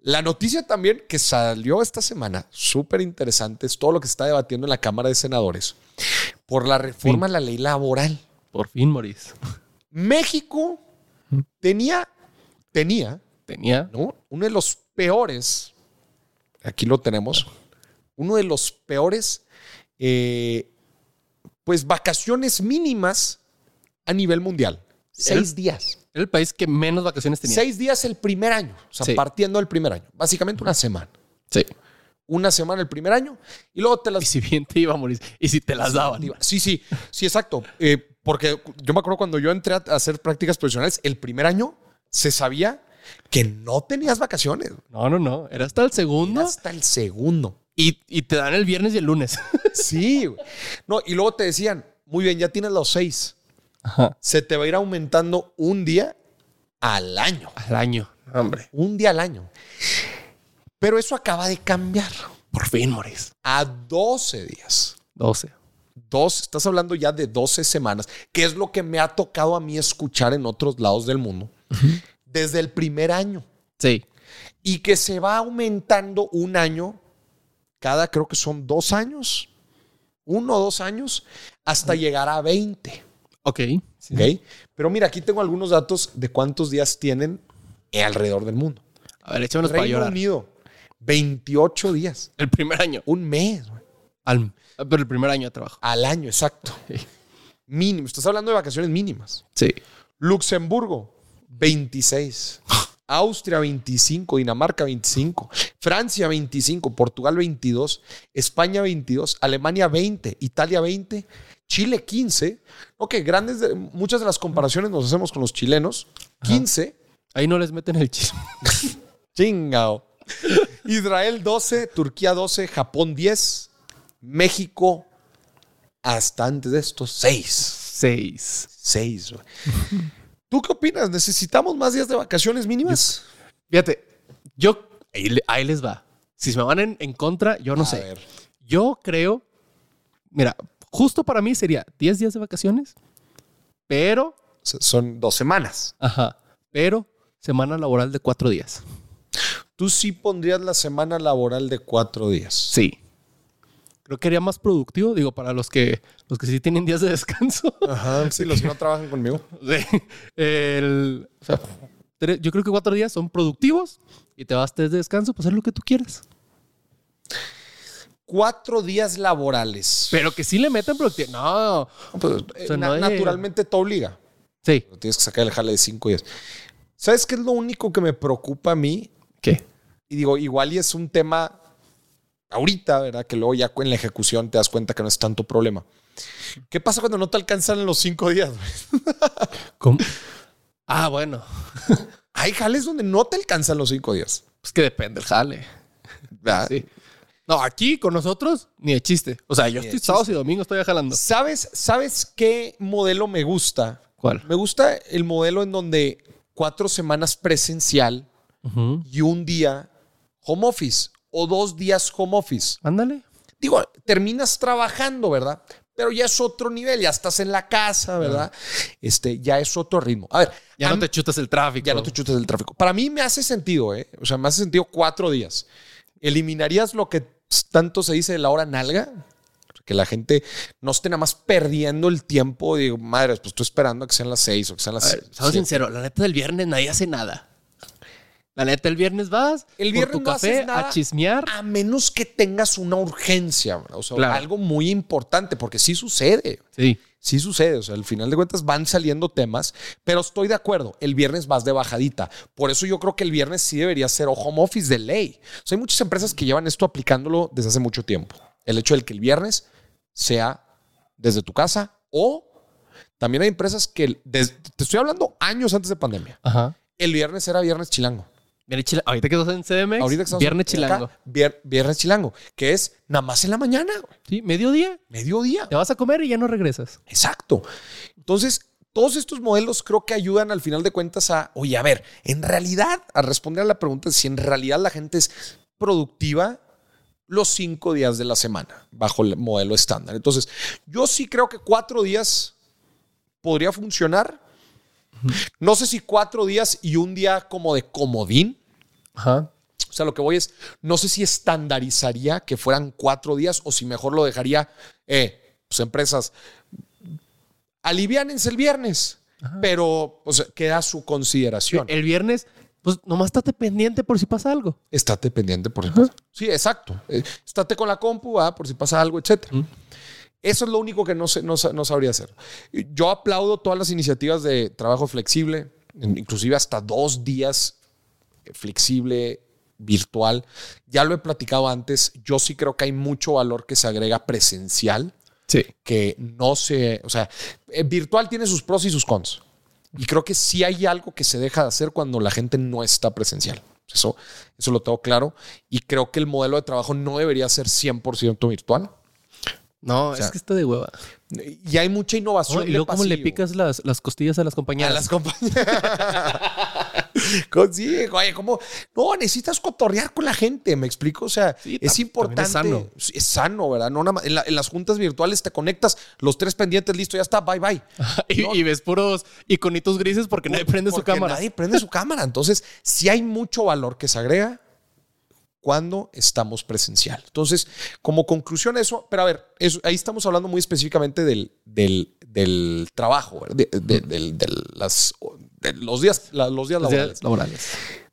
A: La noticia también que salió esta semana, súper interesante, es todo lo que se está debatiendo en la Cámara de Senadores por la reforma a la ley laboral.
B: Por fin, Moris.
A: México tenía, tenía
B: Tenía.
A: ¿no? Uno de los peores, aquí lo tenemos, uno de los peores, eh, pues vacaciones mínimas a nivel mundial. Seis días.
B: Era el país que menos vacaciones tenía.
A: Seis días el primer año, o sea,
B: Sí.
A: partiendo del primer año. Básicamente una semana.
B: Sí.
A: Una semana el primer año y luego te las...
B: Y si bien te iba a morir. Y si te las daban.
A: Sí, sí, sí, exacto. Eh, porque yo me acuerdo cuando yo entré a hacer prácticas profesionales, el primer año se sabía que no tenías vacaciones.
B: No, no, no. Era hasta el segundo.
A: Hasta el segundo.
B: Y, y te dan el viernes y el lunes.
A: Sí. güey. No, y luego te decían, muy bien, ya tienes los seis.
B: Ajá.
A: Se te va a ir aumentando un día al año.
B: Al año. Hombre.
A: Un día al año. Pero eso acaba de cambiar
B: Por fin, Moris.
A: a 12 días.
B: 12.
A: Dos, estás hablando ya de 12 semanas, que es lo que me ha tocado a mí escuchar en otros lados del mundo desde el primer año
B: Sí.
A: y que se va aumentando un año, cada creo que son dos años, uno o dos años, hasta llegar a 20.
B: Ok. Sí.
A: ¿ok? Pero mira, aquí tengo algunos datos de cuántos días tienen alrededor del mundo.
B: A ver, échamelos Pues para
A: Reino
B: llorar.
A: Unido, 28 días,
B: El primer año.
A: un mes güey,
B: Al, Ah, pero el primer año de trabajo.
A: al año, exacto. Mínimo, estás hablando de vacaciones mínimas.
B: Sí.
A: Luxemburgo, 26. Austria, 25. Dinamarca, 25. Francia, 25. Portugal, 22. España, 22. Alemania, 20. Italia, 20. Chile, 15. Ok, grandes, de- muchas de las comparaciones nos hacemos con los chilenos. 15.
B: Ahí no les meten el chisme.
A: Chingao. Israel 12, Turquía 12, Japón 10, México hasta antes de esto 6.
B: Seis.
A: 6. ¿Tú qué opinas? ¿Necesitamos más días de vacaciones mínimas?
B: Fíjate, yo ahí, le- ahí les va. Si se me van en, en contra, yo no
A: A
B: sé.
A: ver.
B: Yo creo, mira, justo para mí sería 10 días de vacaciones, pero,
A: S- Son dos semanas.
B: ajá, pero semana laboral de cuatro días.
A: Tú sí pondrías la semana laboral de cuatro días.
B: Sí. Creo que sería más productivo, digo, para los que, los que sí tienen días de descanso.
A: Ajá, sí, los que no trabajan conmigo.
B: Sí. El- o sea, tre- yo creo que cuatro días son productivos y te vas tres de descanso para hacer lo que tú quieras.
A: Cuatro días laborales.
B: Pero que sí le metan productividad. No.
A: Pues, eh,
B: O sea,
A: na-
B: no es-
A: naturalmente te obliga.
B: Sí.
A: Pero Tienes que sacar el jale de cinco días. ¿Sabes qué es lo único que me preocupa a mí?
B: ¿Qué?
A: Y digo, igual y es un tema ahorita, ¿verdad? Que luego ya en la ejecución te das cuenta que no es tanto problema. ¿Qué pasa cuando no te alcanzan los cinco días? güey?
B: ¿Cómo? Ah, bueno.
A: Hay jales donde no te alcanzan los cinco días.
B: Pues que depende el jale.
A: ¿verdad?
B: Sí. No, aquí con nosotros ni de chiste. O sea, yo
A: Ni de
B: estoy sábados y domingo estoy jalando.
A: ¿Sabes, ¿Sabes qué modelo me gusta?
B: ¿Cuál?
A: Me gusta el modelo en donde cuatro semanas presencial y un día home office o dos días home office.
B: Ándale.
A: Digo, terminas trabajando, ¿verdad? Pero ya es otro nivel, ya estás en la casa, ¿verdad? Este, ya es otro ritmo. A ver,
B: Ya
A: a
B: no te chutas el tráfico.
A: ya no te chutes del tráfico. Para mí me hace sentido, ¿eh? O sea, me hace sentido cuatro días. ¿Eliminarías lo que tanto se dice de la hora nalga? Que la gente no esté nada más perdiendo el tiempo. Digo, madre, pues estoy esperando a que sean las seis o que sean
B: A
A: las
B: ver, ¿sabes
A: siete".
B: sincero, la neta del viernes nadie hace nada. La neta, el viernes vas
A: El
B: por
A: viernes
B: tu
A: no
B: café
A: haces nada. Ah.
B: a chismear.
A: A menos que tengas una urgencia, ¿verdad? o sea,
B: Claro.
A: algo muy importante, porque sí sucede.
B: Sí.
A: Sí sucede, o sea, al final de cuentas van saliendo temas, pero estoy de acuerdo, el viernes vas de bajadita. Por eso yo creo que el viernes sí debería ser o home office de ley. O sea, hay muchas empresas que llevan esto aplicándolo desde hace mucho tiempo. El hecho de que el viernes sea desde tu casa o También hay empresas que, des- te estoy hablando años antes de pandemia.
B: Ajá.
A: El viernes era viernes chilango.
B: Viene chila- Ahorita que estás en CDMX.
A: Ahorita que estamos
B: Viernes
A: acá,
B: chilango.
A: vier- viernes chilango, que es nada más en la mañana, güey,
B: Sí, mediodía.
A: mediodía.
B: Te vas a comer y ya no regresas.
A: Exacto. Entonces, todos estos modelos creo que ayudan al final de cuentas a, oye, a ver, en realidad, a responder a la pregunta de si en realidad la gente es productiva los cinco días de la semana bajo el modelo estándar. Entonces, yo sí creo que cuatro días podría funcionar. No sé si cuatro días y un día como de comodín.
B: Ajá.
A: O sea, lo que voy es, no sé si estandarizaría que fueran cuatro días o si mejor lo dejaría, eh, pues empresas, aliviánense el viernes, pero o sea, queda a su consideración.
B: El viernes, pues nomás estate pendiente por si pasa algo.
A: Estate pendiente por si pasa. Sí, exacto. Eh, estate con la compu, ¿verdad? por si pasa algo, etcétera. Eso es lo único que no, sé, no, sa- no sabría hacer. Y Yo aplaudo todas las iniciativas de trabajo flexible, en- inclusive hasta dos días eh, flexible, virtual. Ya lo he platicado antes. Yo sí creo que hay mucho valor que se agrega presencial
B: Sí.
A: que no se, o sea, eh, virtual tiene sus pros y sus cons. Y creo que sí hay algo que se deja de hacer cuando la gente no está presencial. Eso, eso lo tengo claro. Y creo que el modelo de trabajo no debería ser 100% virtual.
B: No,
A: sea,
B: es que está de hueva.
A: Y hay mucha innovación.
B: No, y
A: de
B: luego, ¿cómo le
A: pasillo.
B: picas las, las costillas a las compañeras?
A: a las compañías? sí, oye, ¿cómo? No, necesitas cotorrear con la gente, me explico. O sea,
B: Sí, tam-
A: es importante.
B: también es sano.
A: Sí, Es sano, ¿verdad? No, nada más- en, la- en las juntas virtuales te conectas, los tres pendientes, listo, ya está, bye bye.
B: y,
A: No,
B: y ves puros iconitos grises porque nadie prende su
A: Porque
B: cámara.
A: Nadie prende su cámara. Entonces, si hay mucho valor que se agrega cuando estamos presencial. Entonces, como conclusión eso, pero a ver, eso- ahí estamos hablando muy específicamente del, del, del trabajo, ¿verdad? de, de- del- del- las, de los días, la- los días
B: Los días
A: laborales.
B: laborales.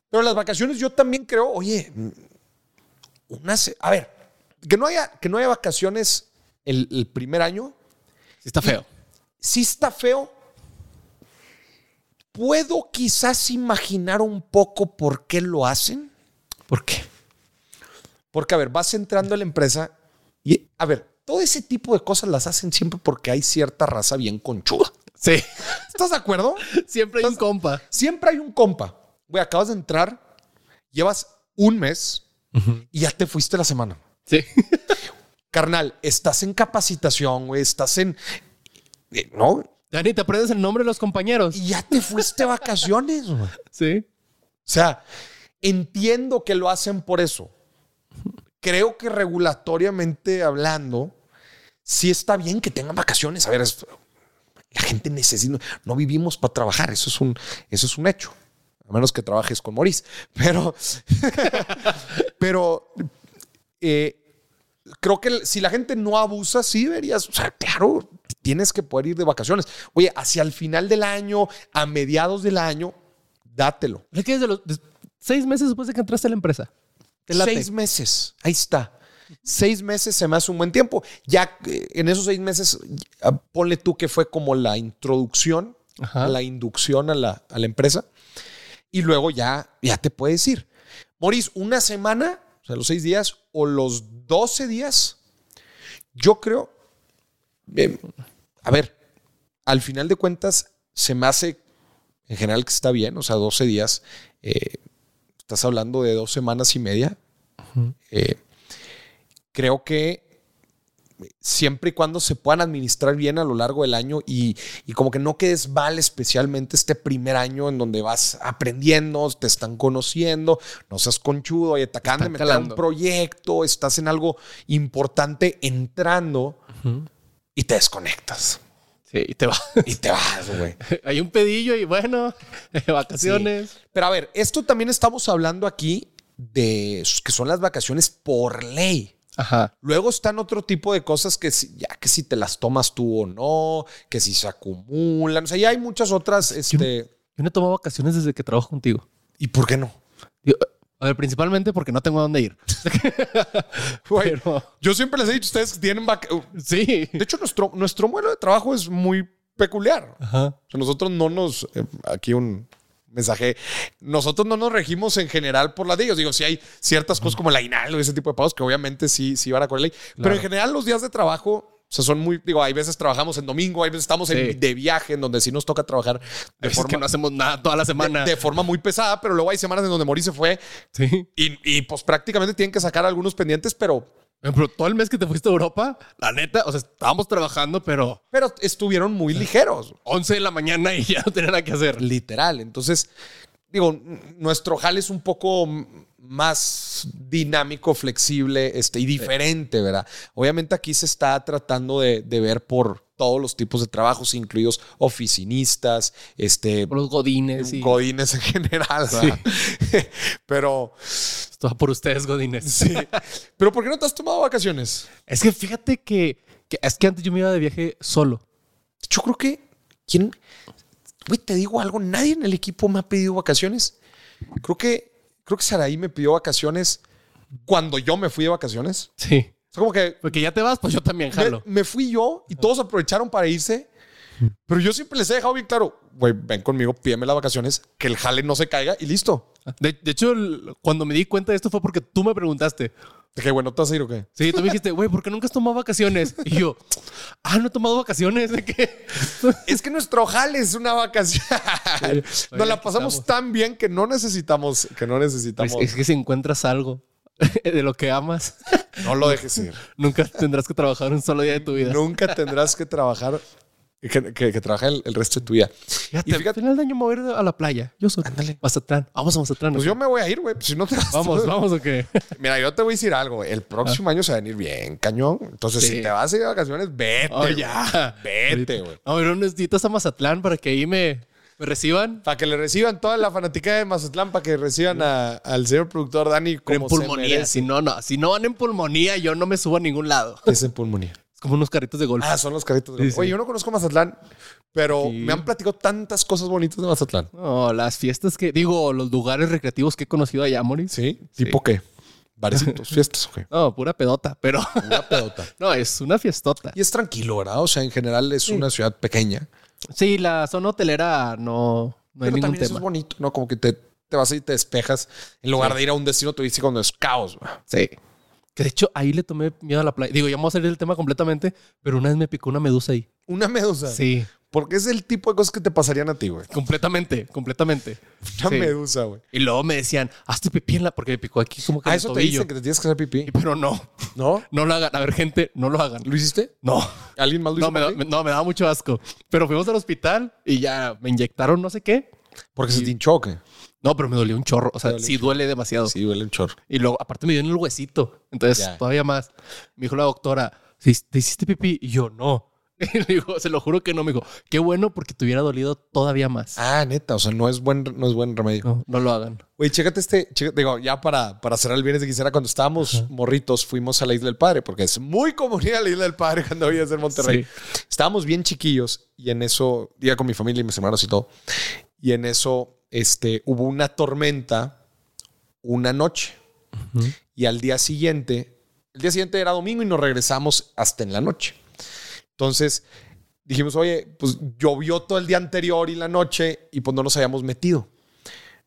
A: Pero las vacaciones yo también creo, oye, una, se- a ver, que no haya, que no haya vacaciones el- el primer año,
B: Sí está feo.
A: sí está feo. Puedo quizás imaginar un poco por qué lo hacen.
B: ¿Por qué?
A: Porque, a ver, vas entrando a la empresa y, a ver, todo ese tipo de cosas las hacen siempre porque hay cierta raza bien conchuda.
B: Sí.
A: ¿Estás de acuerdo?
B: Siempre hay un compa.
A: Siempre hay un compa. Güey, acabas de entrar, llevas un mes y ya te fuiste la semana.
B: Sí.
A: Carnal, estás en capacitación, güey, estás en... eh, ¿No?
B: Dani, te aprendes el nombre de los compañeros.
A: Y ya te fuiste a vacaciones, güey.
B: Sí.
A: O sea, entiendo que lo hacen por eso. Creo que regulatoriamente hablando, sí está bien que tengan vacaciones. A ver, es- la gente necesita, no vivimos para trabajar, eso es un, eso es un hecho. A menos que trabajes con Maurice. Pero, pero eh, creo que si la gente no abusa, sí deberías, o sea, claro, tienes que poder ir de vacaciones. Oye, hacia el final del año, a mediados del año, dátelo.
B: Es que desde los des- seis meses después de que entraste a la empresa. Te late.
A: Seis meses. Ahí está. Seis meses se me hace un buen tiempo. Ya eh, en esos seis meses, eh, ponle tú que fue como la introducción,
B: Ajá.
A: la inducción a la, a la empresa. Y luego ya, ya te puedes ir. Moris, una semana, o sea, los seis días o los doce días, yo creo, eh, a ver, al final de cuentas, se me hace en general que está bien, o sea, 12 días, eh, estás hablando de dos semanas y media. Eh, creo que siempre y cuando se puedan administrar bien a lo largo del año y, y como que no quedes mal especialmente este primer año en donde vas aprendiendo, te están conociendo, no seas conchudo y te acaban de
B: Están
A: meter a
B: calando.
A: un proyecto, estás en algo importante entrando y te desconectas
B: Sí, y te va.
A: y te vas, güey.
B: hay un pedillo y bueno, vacaciones.
A: Sí. Pero a ver, esto también estamos hablando aquí de s- que son las vacaciones por ley.
B: Ajá.
A: Luego están otro tipo de cosas que si- ya que si te las tomas tú o no, que si se acumulan, o sea, ya hay muchas otras este
B: Yo no he tomado vacaciones desde que trabajo contigo.
A: ¿Y por qué no?
B: Digo, a ver, principalmente porque no tengo a dónde ir.
A: Güey,
B: Pero-
A: Yo siempre les he dicho ustedes que tienen vaca-
B: sí.
A: De hecho, nuestro, nuestro modelo de trabajo es muy peculiar.
B: Ajá.
A: O sea, nosotros no nos. eh, aquí un mensaje. Nosotros no nos regimos en general por la de ellos. Digo, si hay ciertas cosas como el aguinaldo y ese tipo de pagos que obviamente sí, sí van a con la ley. Pero en general, los días de trabajo sea, son muy, digo, hay veces trabajamos en domingo, hay veces estamos en-
B: Sí. Pues
A: de viaje, en donde sí nos toca trabajar de
B: Es que
A: forma,
B: no hacemos nada toda la semana.
A: de, de forma muy pesada, pero luego hay semanas en donde Mori se fue
B: Sí.
A: y, y, pues prácticamente tienen que sacar algunos pendientes, pero,
B: Pero todo el mes que te fuiste a Europa, la neta, o sea, estábamos trabajando, pero
A: pero estuvieron muy ligeros.
B: 11 de la mañana y ya no tenía nada que hacer.
A: literal. Entonces, digo, n- nuestro jal es un poco m- más dinámico, flexible este, y diferente, ¿verdad? Obviamente aquí se está tratando de, de ver por todos los tipos de trabajos, incluidos oficinistas, este,
B: Por los godines y
A: godines en general, ¿verdad? pero,
B: esto va por ustedes, godines.
A: sí. pero ¿por qué no te has tomado vacaciones?
B: Es que fíjate que, que es que antes yo me iba de viaje solo.
A: Yo creo que, ¿quién? Güey, te digo algo, nadie en el equipo me ha pedido vacaciones. Creo que, creo que Saraí me pidió vacaciones cuando yo me fui de vacaciones.
B: Sí.
A: O sea, como que
B: Porque ya te vas, pues yo también
A: me,
B: jalo.
A: me fui yo y todos aprovecharon para irse. Pero yo siempre les he dejado bien claro, güey, ven conmigo, pídeme las vacaciones, que el jale no se caiga y listo.
B: De, de hecho, el- cuando me di cuenta de esto fue porque tú me preguntaste.
A: Dije, bueno, ¿te vas a ir o qué?
B: Sí, tú me dijiste, güey, ¿por qué nunca has tomado vacaciones? Y yo, ah, no he tomado vacaciones. ¿De qué?
A: Es que nuestro jale es una vacación. Nos
B: oye,
A: la
B: aquí
A: pasamos
B: estamos.
A: tan bien que no necesitamos, que no necesitamos.
B: Es, es que si encuentras algo de lo que amas,
A: No lo dejes ir.
B: nunca tendrás que trabajar un solo día de tu vida.
A: Nunca tendrás que trabajar, que, que- que trabajar el, el resto de tu vida.
B: Fíjate,
A: y
B: al
A: fíjate,
B: final de año me voy a ir a la playa. Yo soy.
A: Ándale.
B: Mazatlán. Vamos a Mazatlán.
A: pues
B: ¿no?
A: yo me voy a ir, güey. Si no te vas-
B: Vamos, vamos o qué.
A: Mira, yo te voy a decir algo. güey. El próximo año se va a venir bien, cañón. Entonces,
B: Sí.
A: si te vas a ir de vacaciones, vete.
B: Oh,
A: güey.
B: ya.
A: Vete, güey.
B: A ver, unos días a Mazatlán para que ahí me, me reciban.
A: Para que le reciban toda la fanática de Mazatlán, para que reciban a- al señor productor Dani como
B: en
A: se
B: pulmonía.
A: merece.
B: Si no, no. Si no van en pulmonía, yo no me subo a ningún lado.
A: ¿Qué Es en pulmonía.
B: Es como unos carritos de golf.
A: Ah, son los carritos. de-
B: Sí, sí.
A: Oye, yo no conozco Mazatlán, pero
B: Sí.
A: me han platicado tantas cosas bonitas de Mazatlán.
B: No, las fiestas que digo, los lugares recreativos que he conocido allá, Moris.
A: ¿Sí? ¿Tipo qué? Barecitos, fiestas, ok.
B: No, pura pedota, pero
A: Una pedota.
B: no, es una fiestota.
A: Y es tranquilo, ¿verdad? O sea, en general es una ciudad pequeña.
B: Sí, la zona hotelera no, no
A: pero
B: hay ningún
A: también eso
B: tema.
A: es bonito, ¿no? Como que te, te vas y te despejas en lugar de ir a un destino turístico donde es caos. güey.
B: Sí. Que de hecho ahí le tomé miedo a la playa. Digo, ya vamos a salir del tema completamente, pero una vez me picó una medusa ahí.
A: Una medusa.
B: Sí,
A: Porque es el tipo de cosas que te pasarían a ti, güey.
B: completamente, completamente.
A: Una
B: Sí.
A: medusa, güey.
B: Y luego me decían, hazte pipí en la, porque me picó aquí como que
A: A
B: en el
A: eso te
B: tobillo.
A: dicen que te tienes que hacer pipí.
B: Y- Pero no,
A: ¿No?
B: no lo hagan. A ver, gente, no lo hagan.
A: ¿Lo hiciste?
B: No,
A: ¿Alguien más lo hizo?
B: no me,
A: por
B: da,
A: ti?
B: me- no, me daba mucho asco. Pero fuimos al hospital y ya me inyectaron no sé qué.
A: Porque se te hinchó, ¿o qué?
B: No, pero me dolió un chorro. O sea,
A: dolió
B: sí duele demasiado.
A: Sí, duele un chorro.
B: Y luego, aparte, me dio en el huesito. Entonces,
A: Ya.
B: todavía más. Me dijo la doctora, "¿Sí- ¿te hiciste pipí? Y yo, no. Y le digo, se lo juro que no. Me dijo, qué bueno porque te hubiera dolido todavía más.
A: Ah, neta. O sea, no es buen, no es buen remedio.
B: No, no lo hagan.
A: Oye, chécate este, chécate- digo, ya para, para cerrar el viernes de quisiera, cuando estábamos morritos, fuimos a la Isla del Padre, porque es muy comunidad la Isla del Padre cuando voy a hacer Monterrey. Estábamos bien chiquillos y en eso, iba con mi familia y mis hermanos y todo, y en eso este, hubo una tormenta una noche y al día siguiente, el día siguiente era domingo y nos regresamos hasta en la noche. Entonces dijimos, oye, pues llovió todo el día anterior y la noche y pues no nos habíamos metido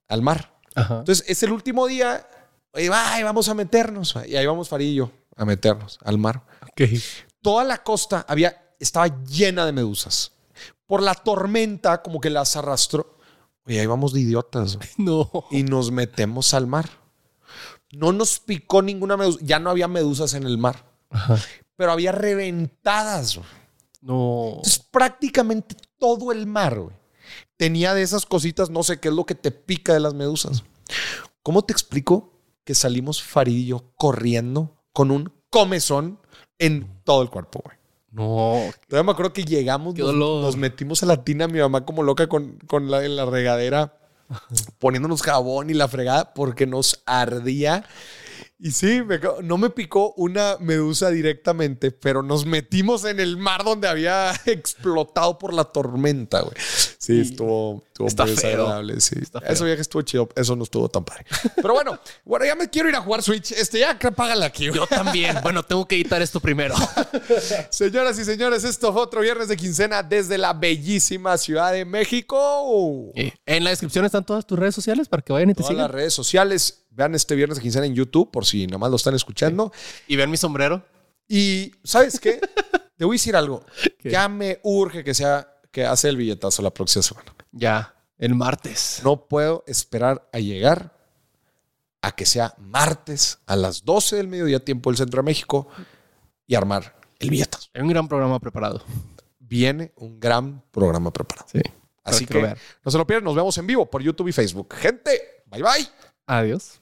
A: al mar.
B: Ajá.
A: Entonces es el último día. Oye, va, y vamos a meternos. va. Y ahí vamos Farillo a meternos al mar.
B: Ok.
A: Toda la costa había, estaba llena de medusas. Por la tormenta, como que las arrastró. Oye, ahí vamos de idiotas. güey.
B: No.
A: Y nos metemos al mar. No nos picó ninguna medusa. Ya no había medusas en el mar.
B: Ajá.
A: Pero había reventadas. güey.
B: No.
A: Entonces, prácticamente todo el mar, güey, tenía de esas cositas, no sé qué es lo que te pica de las medusas. ¿Cómo te explico que salimos farillo corriendo con un comezón en todo el cuerpo, güey?
B: No.
A: Todavía me acuerdo que llegamos,
B: Qué
A: nos,
B: dolor.
A: nos metimos a la tina, mi mamá como loca con, con la, en la regadera, poniéndonos jabón y la fregada porque nos ardía. Y sí, me ca- no me picó una medusa directamente, pero nos metimos en el mar donde había explotado por la tormenta, güey. Sí, estuvo, estuvo
B: Está
A: muy
B: feo.
A: desagradable. Sí.
B: Está feo.
A: Eso viaje estuvo chido, eso no estuvo tan padre. Pero bueno, bueno, ya me quiero ir a jugar Switch. Este, ya págala aquí, güey.
B: Yo también. Bueno, tengo que editar esto primero.
A: Señoras y señores, esto fue otro viernes de quincena desde la bellísima Ciudad de México.
B: Eh, En la descripción están todas tus redes sociales para que vayan y te
A: Todas las
B: sigan.
A: redes sociales, vean este viernes de quincena en YouTube por si nada más lo están escuchando.
B: Y vean mi sombrero.
A: Y ¿sabes qué? te voy a decir algo.
B: ¿Qué?
A: Ya me urge que sea que hace el billetazo la próxima semana.
B: Ya, el martes.
A: No puedo esperar a llegar a que sea martes a las 12 del mediodía tiempo del Centro de México y armar el billetazo.
B: Hay un gran programa preparado.
A: Viene un gran programa preparado.
B: Sí.
A: Así
B: Creo
A: que
B: lo vean.
A: no se lo pierdan. Nos vemos en vivo por YouTube y Facebook. Gente, bye bye.
B: Adiós.